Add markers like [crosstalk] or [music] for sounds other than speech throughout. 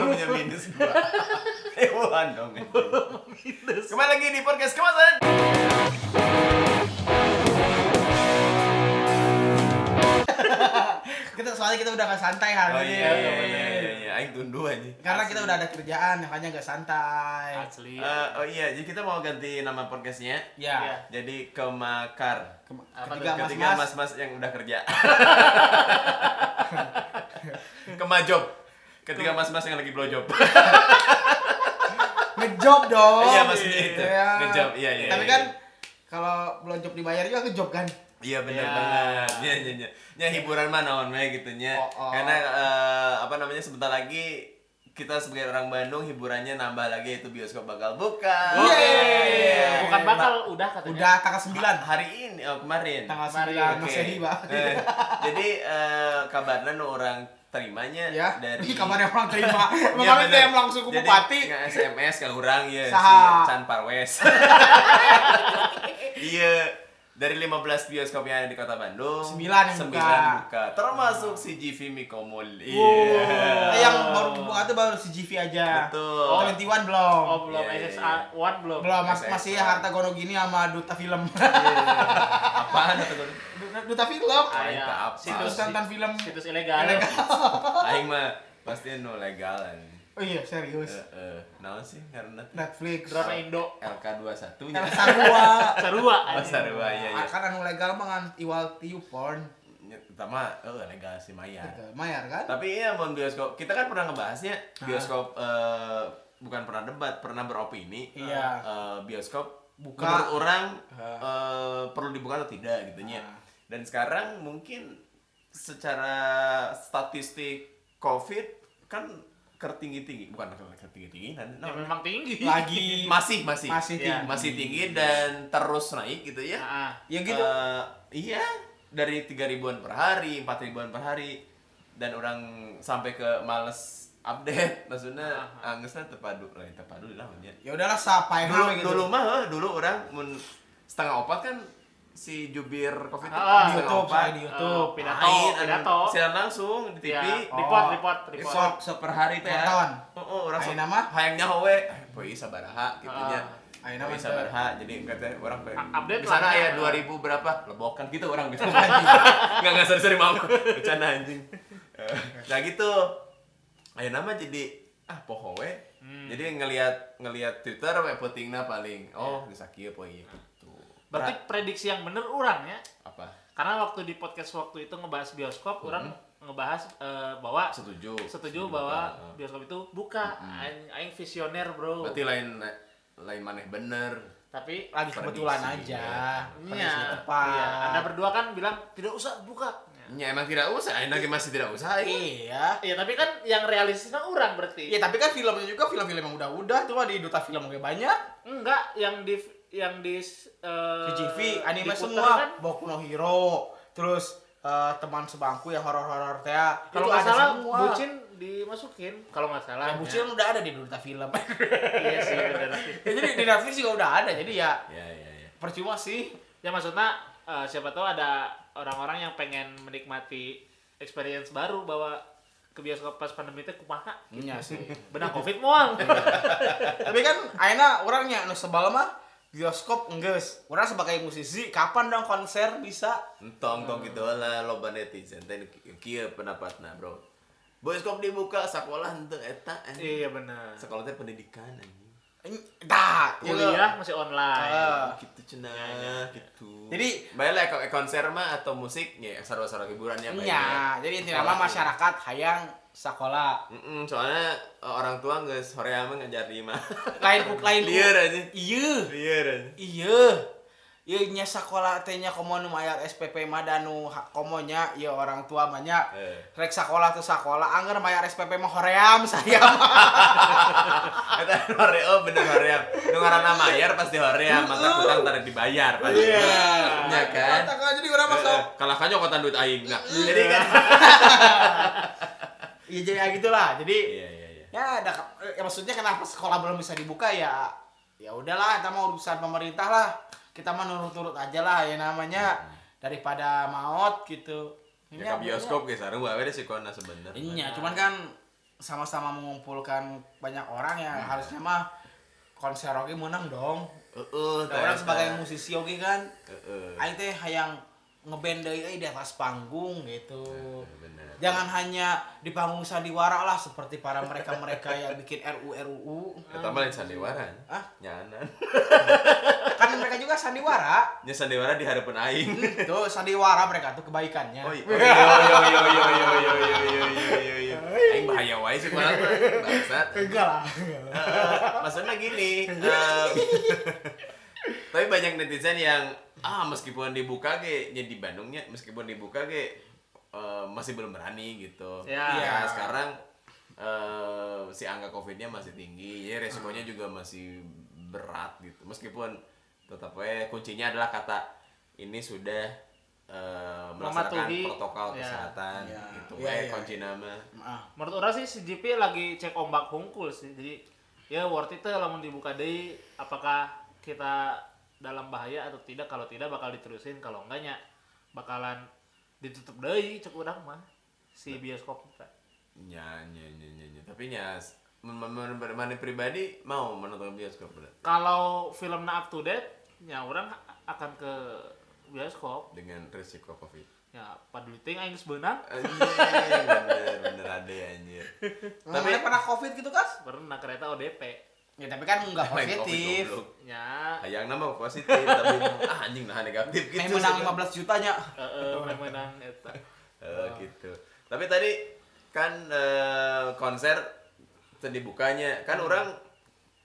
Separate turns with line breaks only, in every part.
minus [laughs] dua. Hewan dong. Kembali lagi di podcast kemasan.
kita soalnya kita udah gak santai hari
Oh
ini
iya iya iya iya, iya. Aing tundu aja.
karena kita udah ada kerjaan makanya gak santai
Asli.
Eh, oh iya, jadi kita mau ganti nama podcastnya.
Iya.
ya
Jadi kemakar.
Kem-
Apa
ketiga mas
Ketiga
mas
mas-mas yang udah [laughs] kerja. Kemajob. Ketiga mas-mas yang lagi blowjob.
ngejob
[laughs]
dong
Iya, maksudnya itu.
Iya.
Ngejob, iya, iya,
tapi
iya.
kan kalau belum job dibayar juga ngejob kan
Iya benar
Ya.
banget. Iya iya iya. Ya hiburan mah naonnya gitu nya.
Oh, oh.
Karena eh, apa namanya sebentar lagi kita sebagai orang Bandung hiburannya nambah lagi itu bioskop bakal buka.
Iya,
Iya,
Yeay.
Yeay. Bukan
Ma-
bakal, udah katanya.
udah tanggal 9
hari ini oh, kemarin.
tanggal
Mari,
9
Oke.
masehi pak
Eh, jadi eh, kabarnya nu orang terimanya
ya [laughs]
dari
dari kamarnya orang
[laughs]
terima
Ya,
makanya
bener.
DM langsung ke
Jadi,
bupati
nge SMS ke orang ya si
Saha.
Chan
[laughs]
Parwes. Iya, dari 15 bioskop yang ada di Kota Bandung,
Sembilan yang
sembilan
buka.
buka. Termasuk si GV Mikomol. Iya.
Eh, yang baru dibuka tuh baru si GV aja
Betul.
Oh.
21 belum
Oh belum
Iya, iya,
SSA One belum.
belum mas-
SSR.
masih harta gono gini sama duta film [laughs]
Apaan itu? Gun?
duta film
Ah,
Aing
iya.
tak apa.
Situs
Terus nonton film
situs ilegal.
Aing mah pasti no legalan.
Oh iya serius.
Heeh. Naon sih karena
Netflix.
Drama Indo.
LK21 nya.
Yang [laughs]
[laughs]
sarua.
Sarua.
Masa
anjing.
dua ya ya.
Akan anu legal mah ngan iwal tiu porn.
Nah.
Pertama, eh legal sih Maya.
Legal, Mayar kan?
Tapi iya mau bioskop, kita kan pernah ngebahasnya
Hah?
bioskop eh, bukan pernah debat, pernah beropini.
Iya.
Eh, bioskop
Buka.
menurut orang
Hah.
eh, perlu dibuka atau tidak gitu nya.
Hah.
Dan sekarang mungkin secara statistik COVID kan kertinggi-tinggi, bukan kertinggi-tinggi, nah,
Ya,
nah,
memang tinggi.
Lagi
masih masih
masih
Iya.
tinggi.
masih tinggi dan terus naik gitu ya.
Ah, ah.
Ya gitu.
Eh, iya, dari 3 ribuan per hari, 4 ribuan per hari dan orang sampai ke males update [laughs] maksudnya
Aha.
anggesnya terpadu lah terpadu lah
Eh,
namanya.
Ya udahlah sapa yang
Dulu
rame gitu.
dulu mah eh, dulu orang mun setengah opat kan si jubir covid itu
Ah,
di
setengah
YouTube,
opat
saya di YouTube. Oh.
Ah, pidato,
Main,
pidato.
anu, siaran langsung di TV
Ya,
di
report, report, report.
sok sok per hari teh ya.
Nonton.
Oh, oh, orang
Ayeuna
nama
mah?
hayangnya howe poi Eh, sabaraha gitu nya.
Ah, ayeuna
Poi
mah
sabaraha jadi katanya orang pe.
A- update
Di sana
lah.
ya 2000 berapa? Lebokan gitu orang [laughs] bisa Enggak enggak seri-seri maaf. Bercanda anjing. Eh, Nah gitu. Ayeuna mah jadi ah poho we. Jadi ngelihat ngelihat Twitter we peutingna paling. Oh, geus sakit poe ieu gitu.
Berarti prediksi yang bener orang ya.
apa?
Karena waktu di podcast waktu itu ngebahas bioskop, orang ngebahas eh, bahwa
Setuju.
setuju bahwa
Heeh.
bioskop itu buka. Aing, aing visioner bro.
berarti lain lain maneh bener.
Tapi
Lagi kebetulan
Prediksi,
aja.
iya.
Prediksi
Iya,
tepat.
iya. Anda berdua kan bilang tidak usah buka.
Ya emang tidak usah, enak masih tidak usah. Ya.
Iya.
Iya, tapi kan yang realistisnya orang berarti.
Ya tapi kan filmnya juga film-film yang udah-udah tuh mah di duta film kayak banyak.
Enggak yang di yang di eh,
CGV, anime
diputar kan.
semua, Boku no Hero, terus eh, teman sebangku yang horor-horor teh. Itu
Kalau nggak
ada
salah
semua.
bucin dimasukin kalau nggak
Ya,
salah.
bucin udah ada di duta film.
Iya sih bener sih.
[laughs] ya, jadi di Netflix juga udah ada. Jadi ya
Ya ya ya.
percuma sih.
Ya maksudnya eh, siapa tahu ada orang-orang yang pengen menikmati experience baru bahwa ke bioskop pas pandemi itu kumaha.
Iya [laughs] sih.
Benang covid moang.
Tapi kan Aina orangnya nu sebal mah bioskop enggeus. Orang sebagai musisi kapan dong konser bisa?
Entong tong gitu lah loba netizen teh kieu pendapatna, Bro. Bioskop dibuka sekolah henteu eta anjing.
[laughs] iya bener.
Sekolah teh pendidikan anjing.
Dah, gitu.
Kuliah masih online.
Ah.
gitu cenah gitu.
iya. Jadi-
bae lah kalau konser mah atau musik ya sarwa-sarwa hiburannya ya. bae.
Iya, jadi intinya mah masyarakat hayang sekolah.
Mm-mm, soalnya eh, orang tua nggak sore ama ngajari mah.
Lain ku lain ku.
Liar anjing.
Iya.
Liar
[laughs]
anjing.
Iya. Iya nya sekolah teh nya komo nu mayar SPP mah da nu ha- komo nya ieu orang tua mah nya.
Eh.
Rek sekolah tuh sekolah, anggar mayar SPP mah hoream [laughs] saya mah.
Eta Oreo oh, bener Hoream. Nu ngaranna mayar pasti Hoream, mata utang tarik dibayar pasti. Iya kan?
Katakan jadi urang masuk.
Eh, Kalah kan nyokotan duit aing. Nah, jadi kan.
Iya jadi ya gitulah. Jadi
Iya iya iya.
ya ada ya maksudnya kenapa sekolah belum bisa dibuka ya ya udahlah kita mau urusan pemerintah lah kita mah nurut-nurut aja lah ya namanya daripada maut gitu
Ya ke bioskop ge sarua we deh si Kona sebenarnya.
iya cuman kan sama-sama mengumpulkan banyak orang
Hmm.
ya harusnya mah konser oke menang dong.
Heeh,
Ada orang sebagai musisi oke kan,
Heeh.
aing teh hayang ngeband deui euy di atas panggung gitu.
Iya, Bener.
Jangan hanya di panggung sandiwara lah seperti para mereka-mereka yang bikin RU RUU.
Eta mah lain sandiwaran.
Ah.
Nyanan. [laughs]
Kan mereka juga sandiwara.
Nya sandiwara di harapan aing. [laughs] Oh,
Tuh sandiwara mereka tuh kebaikannya.
Oi, oi, oi, oi, oi, oi, oi, oi, oi, oi, oi, oi, oi. Aing bahaya wae sih kurang mah. oh, [laughs] Bangsat.
Enggak lah. enggak lah.
Eh, [laughs] maksudnya gini em, [laughs] tapi banyak netizen yang ah meskipun dibuka ge jadi di Bandungnya meskipun dibuka ge eh, masih belum berani gitu
Ya.
Ya,
Iya.
sekarang eh, si angka covidnya masih tinggi jadi
Hmm.
resikonya juga masih berat gitu meskipun tetap eh kuncinya adalah kata ini sudah eh, melaksanakan
Mematuhi.
protokol
Ya.
kesehatan
Ya.
gitu
Ya,
wae
ya.
kunci nama
Maaf.
Menurut orang sih si JP lagi cek ombak hungkul sih. Jadi ya worth it lah lamun dibuka deui apakah kita dalam bahaya atau tidak. Kalau tidak bakal diterusin, kalau enggaknya bakalan ditutup deui cek urang mah si bioskop kita.
Ya, ya, ya, ya, ya. Tapi ya, s- men- men- men- men- mana pribadi mau menonton bioskop berat
Kalau filmnya up to date, ya orang akan ke bioskop.
dengan risiko covid.
Ya padahal ting aing geus beunang
Anjing, [laughs] bener, bener ada ya anjir.
Tapi
Tapi
pernah covid gitu kan?
pernah kereta ODP.
Ya tapi kan
Lain
nggak
COVID,
positif.
goblok.
Ya
Hayang nama positif, tapi ah anjing nah negatif gitu.
Main menang
sudah.
15 jutanya.
heeh menang eta.
Eh, gitu. Tapi tadi kan eh, konser tadi bukanya
Hmm.
kan orang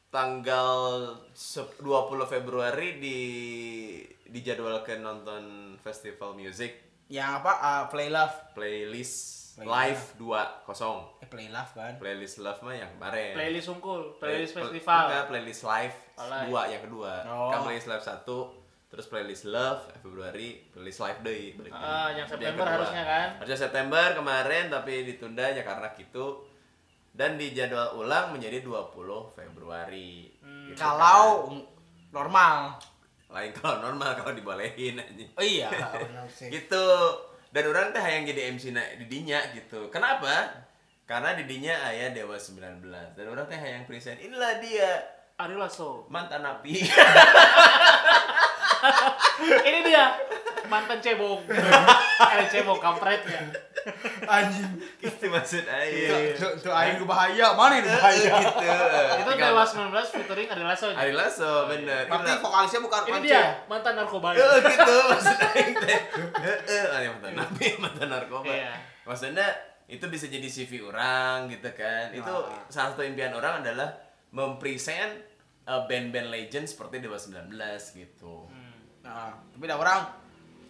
tanggal sep- 20 Februari di dijadwalkan nonton festival music
Yang apa? Ah, play love.
playlist
Playlist.
live 20
Eh, play love kan?
playlist love mah yang kemarin
Playlist sungkul, playlist
Play- enggak,
festival.
playlist live
Live.
dua yang kedua
Oh.
kan playlist live satu terus playlist love Februari playlist live day berarti.
Ah, yang September
kedua.
harusnya kan?
harusnya September kemarin tapi ditunda ya karena gitu dan dijadwal ulang menjadi 20 Februari
Hmm.
Gitu kan.
Kalau normal.
lain kalau normal kalau dibolehin aja
Oh iya, benar sih.
[laughs] gitu dan orang teh yang jadi MC na didinya gitu kenapa karena didinya ayah dewa 19 dan orang teh yang present inilah dia
Ari Lasso.
mantan api [laughs]
Ini dia mantan cebong. Eh cebong
Iya.
kampretnya.
Anjing.
gitu maksud
Iya.
Itu-
ayah
Itu itu aing bahaya. Mana ini bahaya?
gitu
Itu
Tinggal-
Dewa 19 featuring Ari Lasso.
Ari Lasso bener
Berarti
Inilah-
vokalisnya bukan ya?
Ini
Once.
dia mantan narkoba.
Eh, gitu maksud aing teh. Heeh, ada mantan napi, [laughs] mantan narkoba.
Iya.
Maksudnya itu bisa jadi CV orang gitu
Oh,
kan. Itu
iya.
salah satu impian orang adalah mempresent uh, band-band legend seperti Dewa 19 gitu.
Nah, tapi dah orang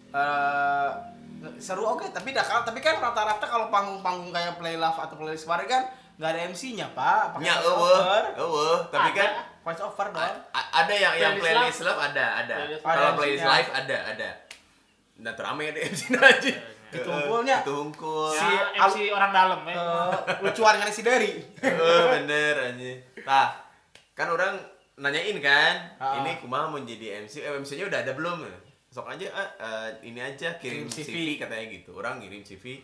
eh seru oke, tapi dah kalau tapi kan rata-rata kalau panggung-panggung kayak play love atau playlist kemarin kan nggak ada MC-nya, Pak. Pakai
Ya,
voice
eueuh,
over.
eueuh, tapi
Ada.
kan
Voice over dong.
a- a- ada yang yang
Playlist
playlist love ada, ada.
Playlist
Kalau
live.
playlist
Ada
live ada, ada. Nah, teramai [laughs] di MC
Iya,
aja.
Ditumpulnya.
Ditumpul.
Ya,
Si
MC orang dalam
Oh, iya,
ya.
Eh, lucuan kan si Derry.
Eh, bener aja. Tah, kan orang nanyain kan,
Ah.
ini kumaha mau jadi MC, eh, MC-nya udah ada belum? Sok aja, ah, eh, ini aja kirim,
Kirim
CV.
CV.
katanya gitu. Orang ngirim CV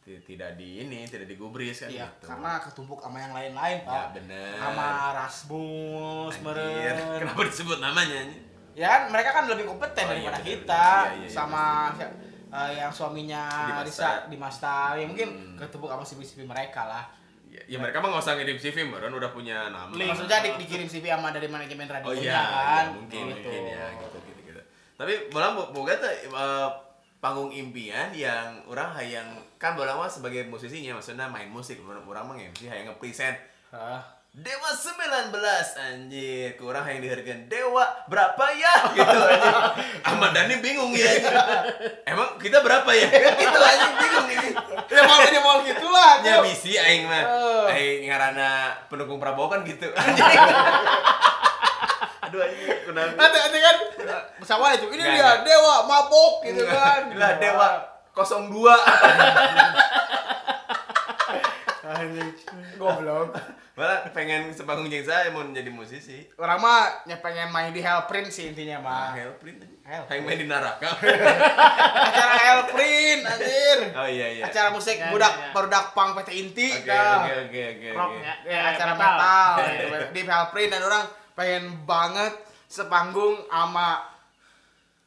ti- tidak di ini, tidak digubris kan
Iya,
gitu.
karena ketumpuk sama yang
ya
lain-lain, Pak.
bener.
Sama Rasmus,
Anjir,
meren.
[laughs] kenapa disebut namanya? anjir?
Ya kan mereka kan lebih kompeten
Oh, iya,
daripada
benar,
kita
benar. Iya, iya, iya,
sama si- eh, yang suaminya
Dimasta.
Risa di Masta ya mungkin
Hmm.
ketumpuk sama CV-CV mereka lah.
Ya, ya mereka mah nggak usah ngirim CV, Baron udah punya nama.
Link.
Maksudnya di- dikirim CV sama dari manajemen
Oh
radionya
iya,
kan.
iya, mungkin,
Gitu.
mungkin ya, gitu, gitu, gitu. Tapi bola mo- boga tuh eh, panggung impian yang orang hayang kan bola mah sebagai musisinya maksudnya main musik orang orang mah MC hayang nge-present
Hah.
Dewa 19 anjir, ke orang yang dihargain Dewa berapa ya [laughs] gitu anjir. Ahmad Dhani bingung ya. anjir. Emang kita berapa ya? Gitu anjing bingung ini.
Ya mau ini mau
[laughs]
gitulah.
Nya misi aing mah.
Eh.
Aing ngarana pendukung Prabowo kan gitu. Anjing. [laughs] Aduh anjing, kenapa?
Nanti kan sama itu ini
Nggak,
dia dewa mabok gitu kan.
Lah Dewa 02.
anjing goblok
Malah pengen sepanggung jeung saya mau jadi musisi.
orang mah ya pengen main di Hellprint sih intinya
Ah,
mah
Helprin.
Helprin.
Yang main di neraka.
acara Hellprint anjir
Oh iya iya.
acara musik
Ya,
budak
ya, ya.
produk punk PT Inti
Oke
dah.
oke oke oke.
rock
oke.
ya,
Ya,
eh,
acara metal,
Iya.
di Hellprint dan orang pengen banget sepanggung sama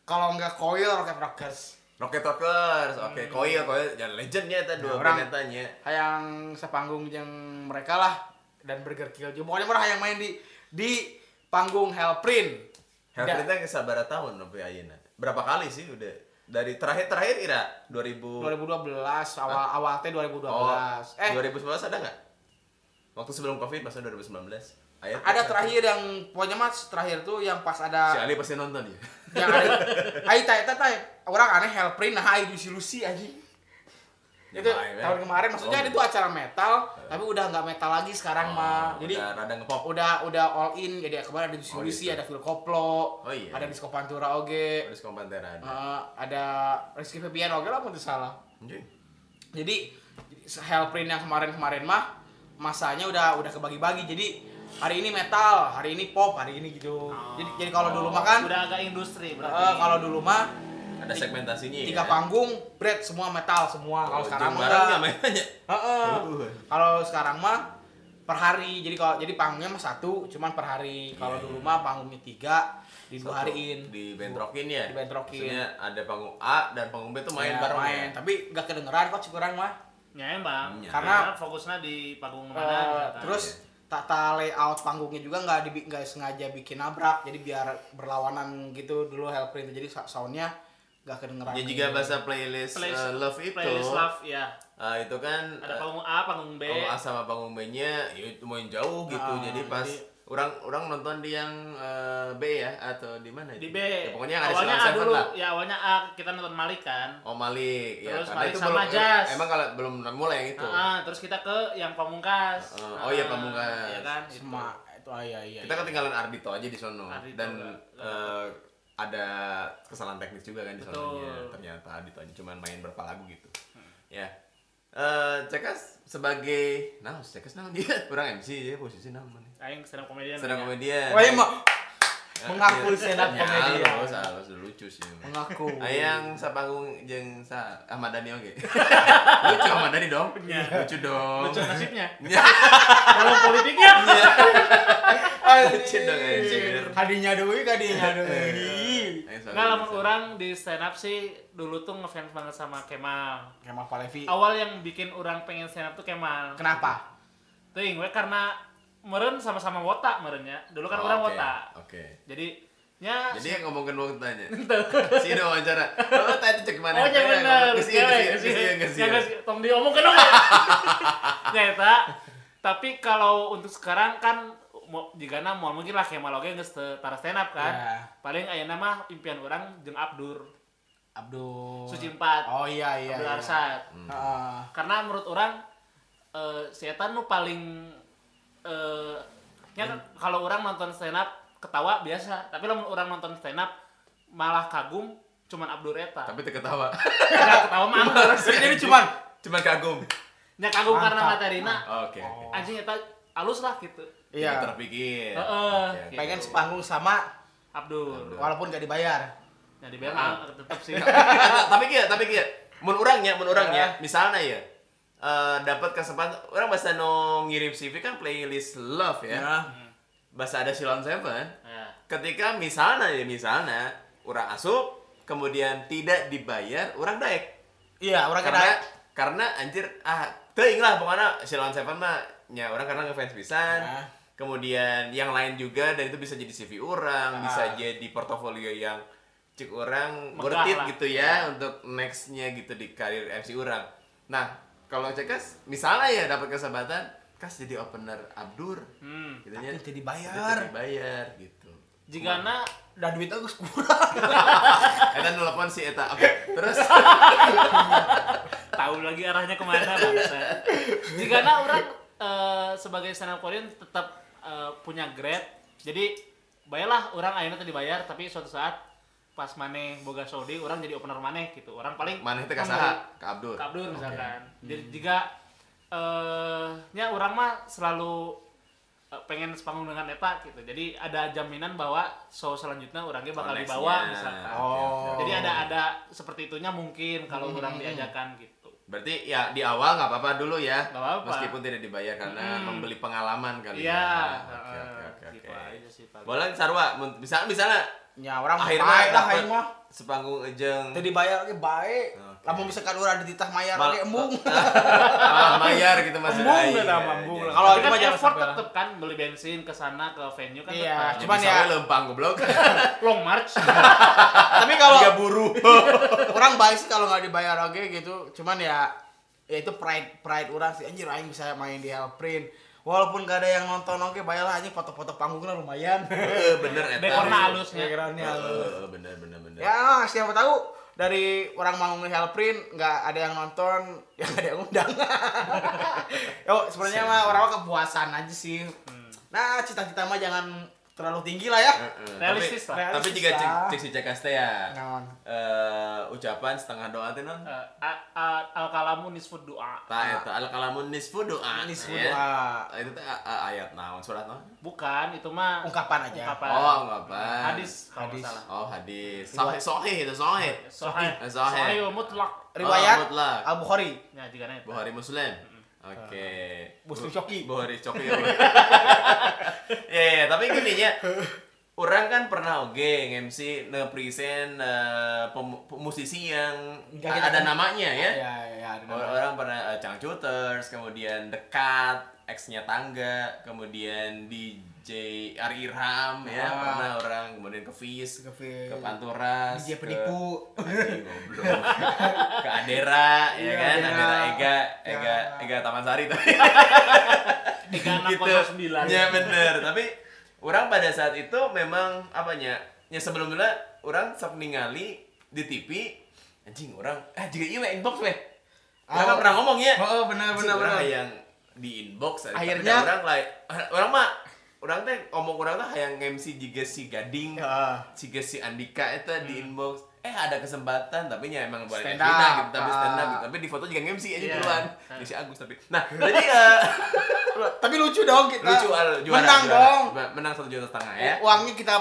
kalau nggak koil Rocket Rockers
Rocket Rockers. Oke, Koil Koil Ya, jangan legendnya eta dua
orang.
orang tanya.
hayang sepanggung jeung mereka lah dan Burger Kill juga pokoknya mereka hayang main di di panggung Hellprint
Helprin teh sabaraha tahun lebih ayeuna? Berapa kali sih udah dari terakhir-terakhir ira 2000
2012 awal awal teh 2012
eh
eh
2019 ada nggak? Waktu sebelum Covid maksudnya 2019. Ayat kan?
ada terakhir yang pokoknya mas terakhir tuh yang pas
Si
ada
Ali pasti nonton ya.
yang ada ai tai tai tai orang aneh Hellprint nah ai Lucy Lucy aja
Ya,
itu
main, ya.
tahun kemarin maksudnya
Oh.
itu acara metal tapi udah nggak metal lagi sekarang mah
Oh,
jadi
udah rada ngepop.
udah udah all in jadi kemarin ada Lucy
Oh,
Lucy
gitu.
ada Phil Koplo
Oh, iya.
ada Disco Pantura oge
Terus kompanteran.
Eh, ada Rizky Febian oke lah mau salah
Anjing.
jadi Hellprint yang kemarin-kemarin mah masanya udah udah kebagi-bagi jadi hari ini metal hari ini pop hari ini gitu jadi jadi kalau dulu mah kan
udah agak
Oh,
industri berarti.
eh, kalau dulu mah
Ada segmentasinya ya.
tiga panggung bread semua metal semua
Oh,
kalau sekarang mah
barang
enggak.
nggak mainannya.
Heeh.
Uh.
kalau sekarang mah per hari jadi kalau jadi panggungnya mah satu cuman per hari kalau
Iya.
dulu mah panggungnya tiga di dua hariin
Dibentrokin ya.
Dibentrokin.
Maksudnya ada panggung A dan panggung B tuh main
Ya,
bareng.
main tapi gak kedengeran kok kurang mah
Ya emang.
Iya.
Karena-
fokusnya di panggung mana. ya kan?
Eh,
ternyata.
ya.
terus tata layout panggungnya juga nggak di nggak sengaja bikin nabrak jadi biar berlawanan gitu dulu Hellprint jadi sa- soundnya nggak kedengeran
Ya jika bahasa playlist,
Playlist-
eh, Love itu,
playlist love ya.
eh, itu kan
Ada
eh,
panggung A, panggung B.
panggung A sama panggung B-nya ya itu main jauh gitu.
Ah,
jadi pas
jadi-
orang orang nonton di yang eh, B ya atau di mana? itu?
di B.
Ya, pokoknya yang ada
awalnya
Silent
A
Seven
dulu.
lah.
Ya awalnya A kita nonton Malik kan.
Oh Malik, ya
Terus
karena
Malik
itu
sama
belum
Jas.
emang kalau belum mulai gitu. yang itu.
Ah, ah, terus kita ke yang pamungkas.
Heeh.
Ah,
Oh, iya, Pamungkas.
Iya kan. gitu.
semua itu ah, iya iya
Kita
iya.
ketinggalan Ardito aja di sono
Ardhito,
dan
enggak.
eh, ada kesalahan teknis juga kan di
Betul.
sononya. Ternyata Ardito aja cuman main berapa lagu gitu. Ya. Eh Cekas sebagai naon Cekas naon dia? [laughs] Kurang MC ya posisi naon mana?
Aing sedang komedian.
Sedang
ya.
komedian.
Wah, iya, mah
kan- Ya, iya.
mengaku stand up
Ya, Ah,
comedian.
halus, halus, lucu sih.
mengaku
Ayang sapanggung jeung sa Ahmad Dhani
[laughs]
oge. lucu Ahmad Dhani dong.
Iya.
Lucu dong.
Lucu nasibnya.
Iya.
Kalau politiknya.
lucu dong, anjir.
hadinya duit hadinya
[laughs] Iya.
duit
Aing soalnya
Enggak lama
biasa.
orang di stand up sih dulu tuh ngefans banget sama Kemal.
Kemal Palevi
Awal yang bikin orang pengen stand up tuh Kemal.
kenapa
Ting, we karena meren sama-sama wota merennya. Dulu kan
Oh,
orang
oke,
wota.
Oke.
Jadi nya
Jadi yang ngomongin waktu tanya. Si udah wawancara. Oh, tadi cek mana?
Oh,
Tanya,
jangan bener, Iya,
Ke sini,
cewek,
ke sini,
cewek.
ke sini,
Ya,
ke
nggak
sini.
sih, tong diomong kan dong. [laughs] Nyata. Tapi kalau untuk sekarang kan mo- jika na mau mungkin lah Kemal oge geus teu tara stand up kan.
Iya.
Ya.
Paling ayeuna mah impian orang jeung Abdur,
Abdul
Suci Empat,
oh iya iya
Abdur
iya.
Arsad.
[laughs]
Heeh.
Karena menurut orang eh si Eta nu paling eh nya kalau orang nonton stand up ketawa biasa, tapi lamun orang nonton stand up malah kagum cuman Abdur Eta.
Tapi terketawa. [laughs]
Nggak ketawa mah. Abdur.
jadi cuman
Cuman kagum.
Nya kagum karena
Mantap.
materina.
Oke. oke.
Oh.
anjing eta alus lah gitu
Tidak
iya
terpikir.
Heeh.
Oke, oke.
pengen sepanggung sama
Abdul
Abdul.
walaupun gak dibayar
nah di Bema tetep sih
Tapi- [laughs] tapi kia, tapi kia. Mun urang nya, mun urang
Ya.
nya, misalnya ya eh, dapat kesempatan orang bahasa no ngirim CV kan playlist love ya. Bahasa ada Silon Seven.
Nah,
ketika misalnya ya misalnya orang asup kemudian tidak dibayar orang daek
iya orang
karena
kena
karena anjir ah teuing lah pokoknya si lawan seven mah ya orang karena ngefans pisan
Nah.
kemudian yang lain juga dan itu bisa jadi CV orang
Ah.
bisa jadi portofolio yang cek orang
Megah
worth it
lah. Iya.
gitu ya untuk nextnya gitu di karir MC orang nah kalau cekas misalnya ya dapat kesempatan kas jadi opener Abdur
hmm.
gitu
tapi tidak dibayar
bayar dibayar
[laughs]
gitu
jika na
dan duit aku
[laughs]
kurang
Eta nelfon si Eta. Oke, terus
tahu lagi arahnya kemana bangsa jika na orang eh, sebagai stand up Korean tetap eh, punya grade jadi bayalah orang akhirnya tadi bayar tapi suatu saat pas maneh boga Saudi orang jadi opener maneh gitu orang paling
mana itu
memberi-
kasaha ke Abdul.
Kabdur misalkan. Jadi jika eh nya orang mah selalu eh, pengen sepanggung dengan eta gitu. Jadi ada jaminan bahwa show selanjutnya orangnya bakal
Nextnya.
dibawa misalkan.
Oke, oke,
Oh.
oke.
Jadi ada ada seperti itunya mungkin kalau orang diajakan gitu.
Berarti ya di awal nggak apa-apa dulu ya.
Nggak apa-apa.
Meskipun tidak dibayar karena
Mm.
membeli pengalaman kali
Iya.
ya. Ah, Oke
heeh,
oke oke
Gitu
oke.
aja sih Pak.
Boleh Sarwa, mun- bisa misalnya
nya orang
akhirnya
baik lah
dapet
aing mah.
sepanggung eh,
[laughs]
ejeng.
Teu dibayar ge baik.
Oke.
Lamun misalkan urang dititah mayar
Mal-
ge
[laughs]
embung.
Malah bayar gitu maksudnya.
Embung
Iya,
dah lah,
iya,
embung
iya.
lah. Kalau
Tapi
itu
kan
mah jangan
effort
sampai lah.
tetep kan beli bensin ke sana ke venue kan
Iya.
Ya,
tetep.
Cuman
bisa
ya-
we lempang goblok.
long
[laughs]
march.
Tapi
Ah. [laughs] Tiga
[laughs] kalau [laughs]
buru.
orang baik sih kalau nggak dibayar oke gitu. Cuman ya ya itu pride pride orang sih anjir aing bisa main di Helprint. Walaupun gak ada yang nonton oke bayarlah anjing foto-foto panggungnya lumayan. [laughs]
Heeh, Eh, bener eta. Eh,
Dekorna halus. Terusnya.
Backgroundnya halus.
Heeh, bener bener bener. Eh,
Ya, siapa tahu dari orang mau nge-helprin nggak ada yang nonton, [laughs] ya nggak ada yang undang. Yo, sebenarnya mah orang mah kepuasan aja sih.
Hmm.
Nah, cita-cita mah jangan terlalu tinggi lah ya.
Heeh, eh, tapi-
Realistis lah.
Tapi
Realistis
jika cek
lah. Nah.
cek si Jakarta ya.
Naon.
eh, ucapan setengah doa teh non.
Eh, a- a- al kalamu nisfu doa.
Ta eta al kalamun nisfu doa.
Ini semua
Ya.
doa.
Itu teh a- a- ayat naon surat naon?
Bukan, itu mah
Ungkapan aja.
ungkapan.
Oh, ungkapan.
Hadis, kalau
Hadis.
nggak salah.
Oh hadis. Sahih sahih itu sahih.
Sohai,
Eh,
Sahih.
sohai mutlak.
Oh,
Riwayat
mutlak.
Al Bukhari.
Ya, jika nanya.
Bukhari Muslim. Oke.
Ah. Muslim
Bu-
Coki.
Bukhari Coki. [laughs] ya, ya, ya, tapi gini ya. Orang kan pernah oge MC nge-present eh, pem- musisi yang
Nggak kita-
ada namanya ya.
Ya, ya, ada
Or-
nama.
Orang pernah eh, Chang Cuters, kemudian Dekat, ex-nya Tangga, kemudian DJ Ari Irham ya,
Ah.
pernah orang kemudian ke Fis,
Ke Fis.
ke Panturas,
DJ
ke-
Iya. penipu.
Anjing, goblok. [laughs] ke Adera ya
Iya,
kan,
Adera.
Adera Ega, Ega,
Ya.
Ega Taman Sari tuh.
Tiga
[laughs]
Gitu.
enam sembilan.
Iya.
Ya bener, tapi orang pada saat itu memang apanya? Ya sebelumnya orang sok ningali di TV anjing orang eh juga iya we, inbox weh. Orang
Ah,
kan pernah ngomong ya.
Oh, benar
Anjing,
benar
orang
benar.
yang di inbox tapi
Akhirnya-
dah orang lain orang mah orang teh ngomong orang teh yang MC juga si Gading
Ya.
jika si Andika itu di inbox eh ada kesempatan tapi ya emang balik
Hmm. Stand
Evina
up.
gitu tapi stand up
Ah.
gitu. tapi di foto juga MC aja
Iya.
duluan
Ah.
di si Agus tapi nah jadi eh,
[laughs] Tapi lucu dong kita.
lucu al juara
Nah, Menang
juara.
dong. Oh,
Ba- menang satu juta setengah ya
Uangnya kita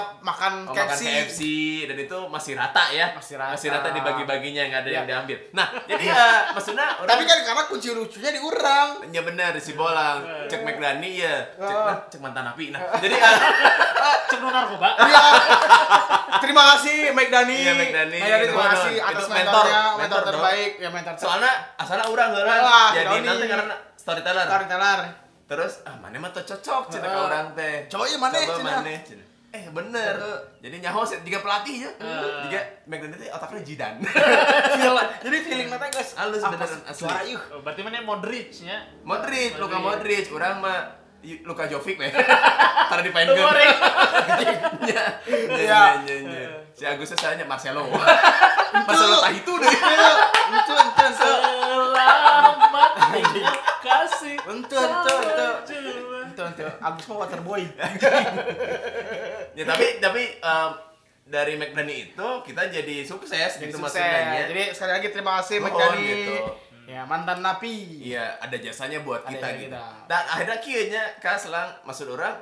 Oh,
makan
makan
KFC.
KFC dan itu masih rata ya
Masih rata.
dibagi-baginya nggak ada yang
Iya.
diambil
[laughs]
nah jadi ya maksudnya orang
Tapi kan karena kunci lucunya diurang.
Ya benar si Bolang,
Eh.
cek McDani ya, cek,
Ah.
nah, cek mantan api. Nah, jadi ah,
Cek nu narkoba.
Iya. terima kasih Mike Dani.
Iya, Mike Dhani.
terima
Itu
kasih
mentor.
atas
Itu mentor.
mentornya, mentor,
Mentor dong.
terbaik, ya mentor ter-
soalnya asalnya orang heula
Wah,
jadi
Doni.
nanti karena storyteller.
storyteller.
Terus ah mana mah teu cocok cina ka
Heeh.
urang teh.
Cowok ieu maneh,
Coba
cenah.
maneh, cenah. Eh bener. Jadi nyaho sih, jika pelatih ya. Jika McDonald teh otaknya jidan.
[laughs] Feel, [laughs] jadi feeling mata guys.
Halus
Apa
beneran,
sih?
asli.
Suara yuk.
Oh, Berarti mana Modric nya?
Modric, Luka Modric, urang mah y- Luka Jovic
[laughs]
weh. Tara dipainkeun.
Luka Modric.
Iya. Nya, nya,
Iya.
nya, nya. Si Agus teh salahnya Marcelo.
Betul.
[laughs]
Iya,
Marcelo tah itu deh.
Entu entu entu.
Selamat
[laughs]
terima kasih.
Entu entu entu.
Cuma.
Entu entu. Abis mau waterboy.
Ya tapi tapi em, dari McDani itu kita jadi sukses
Jadi
gitu
sukses.
maksudnya.
Jadi sekali lagi terima kasih Mike
Mohon,
Dani.
gitu.
Ya mantan napi.
Iya, ada jasanya buat
Ada
kita
jasa
gitu.
kita.
Dan akhirnya kieu nya ka selang maksud orang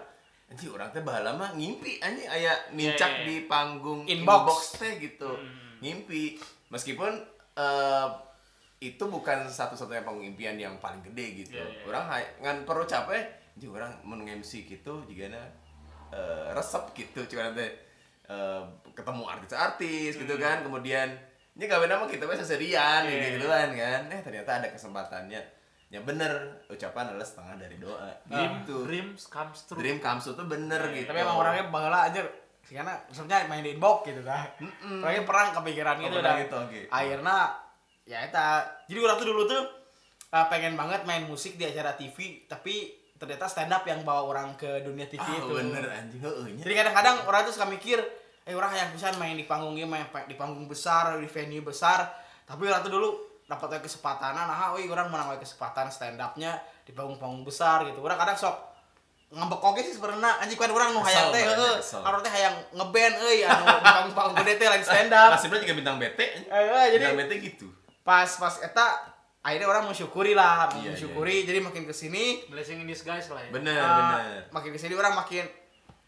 anjing urang teh bahala mah ngimpi anjing aya nincak
Iya, iya.
di panggung
Inbox.
teh gitu.
Hmm.
Ngimpi meskipun eh, itu bukan satu-satunya pengimpian yang paling gede gitu.
Iya, iya.
Orang hay- ngan perlu capek anjing urang mun MC gitu jigana eh, resep gitu cuman teh eh, ketemu artis-artis gitu kan kemudian ini kawin sama kita mah seserian
Hmm. Iya,
gitu
iya.
kan kan eh ternyata ada kesempatannya ya bener ucapan adalah setengah dari doa
Ah, Dream, Iya,
gitu
dreams comes true.
dream comes true tuh bener gitu Oh.
Tapi emang orangnya bangla aja karena maksudnya main di inbox gitu kan. Orangnya perang kepikiran gitu
Kepikiran
dan
gitu, oke.
akhirnya ya eta. Jadi orang tuh dulu tuh eh, pengen banget main musik di acara TV tapi ternyata stand up yang bawa orang ke dunia TV
ah
itu.
bener anjing heeh nya.
Jadi kadang-kadang orang tuh suka mikir, eh orang yang bisa main di panggung ieu, main pa- di panggung besar, di venue besar. Tapi orang tuh dulu dapat kesempatan, nah, wih orang menang we kesempatan stand up-nya di panggung-panggung besar gitu. Orang kadang sok ngambek oge sih sebenarnya anjing kan orang nu
Kesel,
hayang teh
makanya
heeh
kesel.
orang teh hayang ngeband euy anu di panggung-panggung gede teh lain stand up
Nasibnya juga bintang bete anjing.
Eh, eh, jadi-
bintang bete gitu
pas pas eta akhirnya orang mensyukuri lah
Iya,
mensyukuri jadi makin kesini
Blessing in disguise lah ya.
Bener,
Ah,
bener.
makin kesini orang makin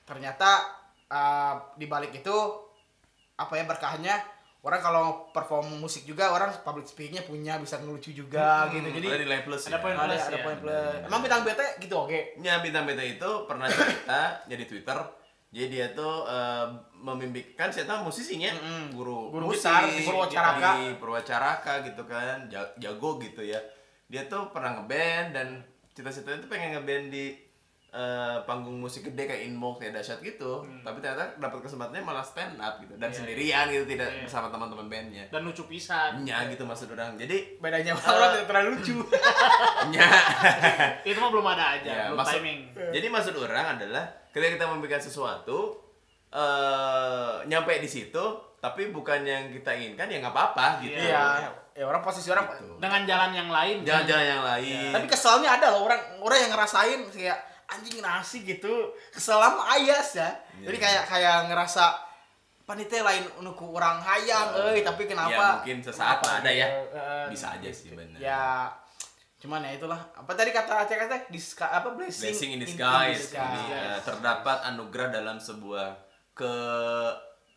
ternyata ah, di balik itu apa ya berkahnya orang kalau perform musik juga orang public speakingnya punya bisa ngelucu juga
Hmm,
gitu jadi
Ada nilai plus ya.
ada poin-
ada,
plus
ada
ya.
poin plus emang bintang bete gitu oke
Ya, bintang beta itu pernah cerita [coughs] jadi Twitter. Jadi dia tuh eh, memimpikan saya tahu musisinya,
Mm-mm.
guru,
Guru
musik,
gitar di Purwacaraka.
di Purwacaraka gitu kan, ja- jago gitu ya. Dia tuh pernah ngeband dan cita-citanya tuh pengen ngeband di eh, panggung musik gede kayak Inbox kayak Dasyat gitu.
Hmm.
Tapi ternyata dapat kesempatannya malah stand up gitu dan
Iya,
sendirian gitu tidak
Iya.
bersama teman-teman bandnya.
Dan lucu pisan.
Iya.
Nya gitu maksud orang. Jadi
[laughs] bedanya orang tidak terlalu lucu
nya
Itu mah belum ada
Iya,
aja,
Ya,
belum
maksud-
timing.
Jadi maksud orang adalah ketika kita memberikan sesuatu eh nyampe di situ tapi bukan yang kita inginkan ya nggak apa-apa gitu.
iya ya orang posisi orang
Gitu.
Dengan jalan yang lain.
Jalan-jalan yang lain.
Iya. tapi keselnya ada loh orang orang yang ngerasain kayak anjing nasi gitu kesel sama ayas ya jadi
Iya.
kayak kayak ngerasa panitia lain nuku orang hayang
Eh,
euy tapi kenapa
ya mungkin sesaat
kenapa?
ada ya.
Eh, eh,
Bisa aja sih benar.
ya cuman ya itulah apa tadi kata Aceh kata diska, apa blessing,
Blessing in disguise.
disguise.
Jadi, eh, terdapat anugerah dalam sebuah ke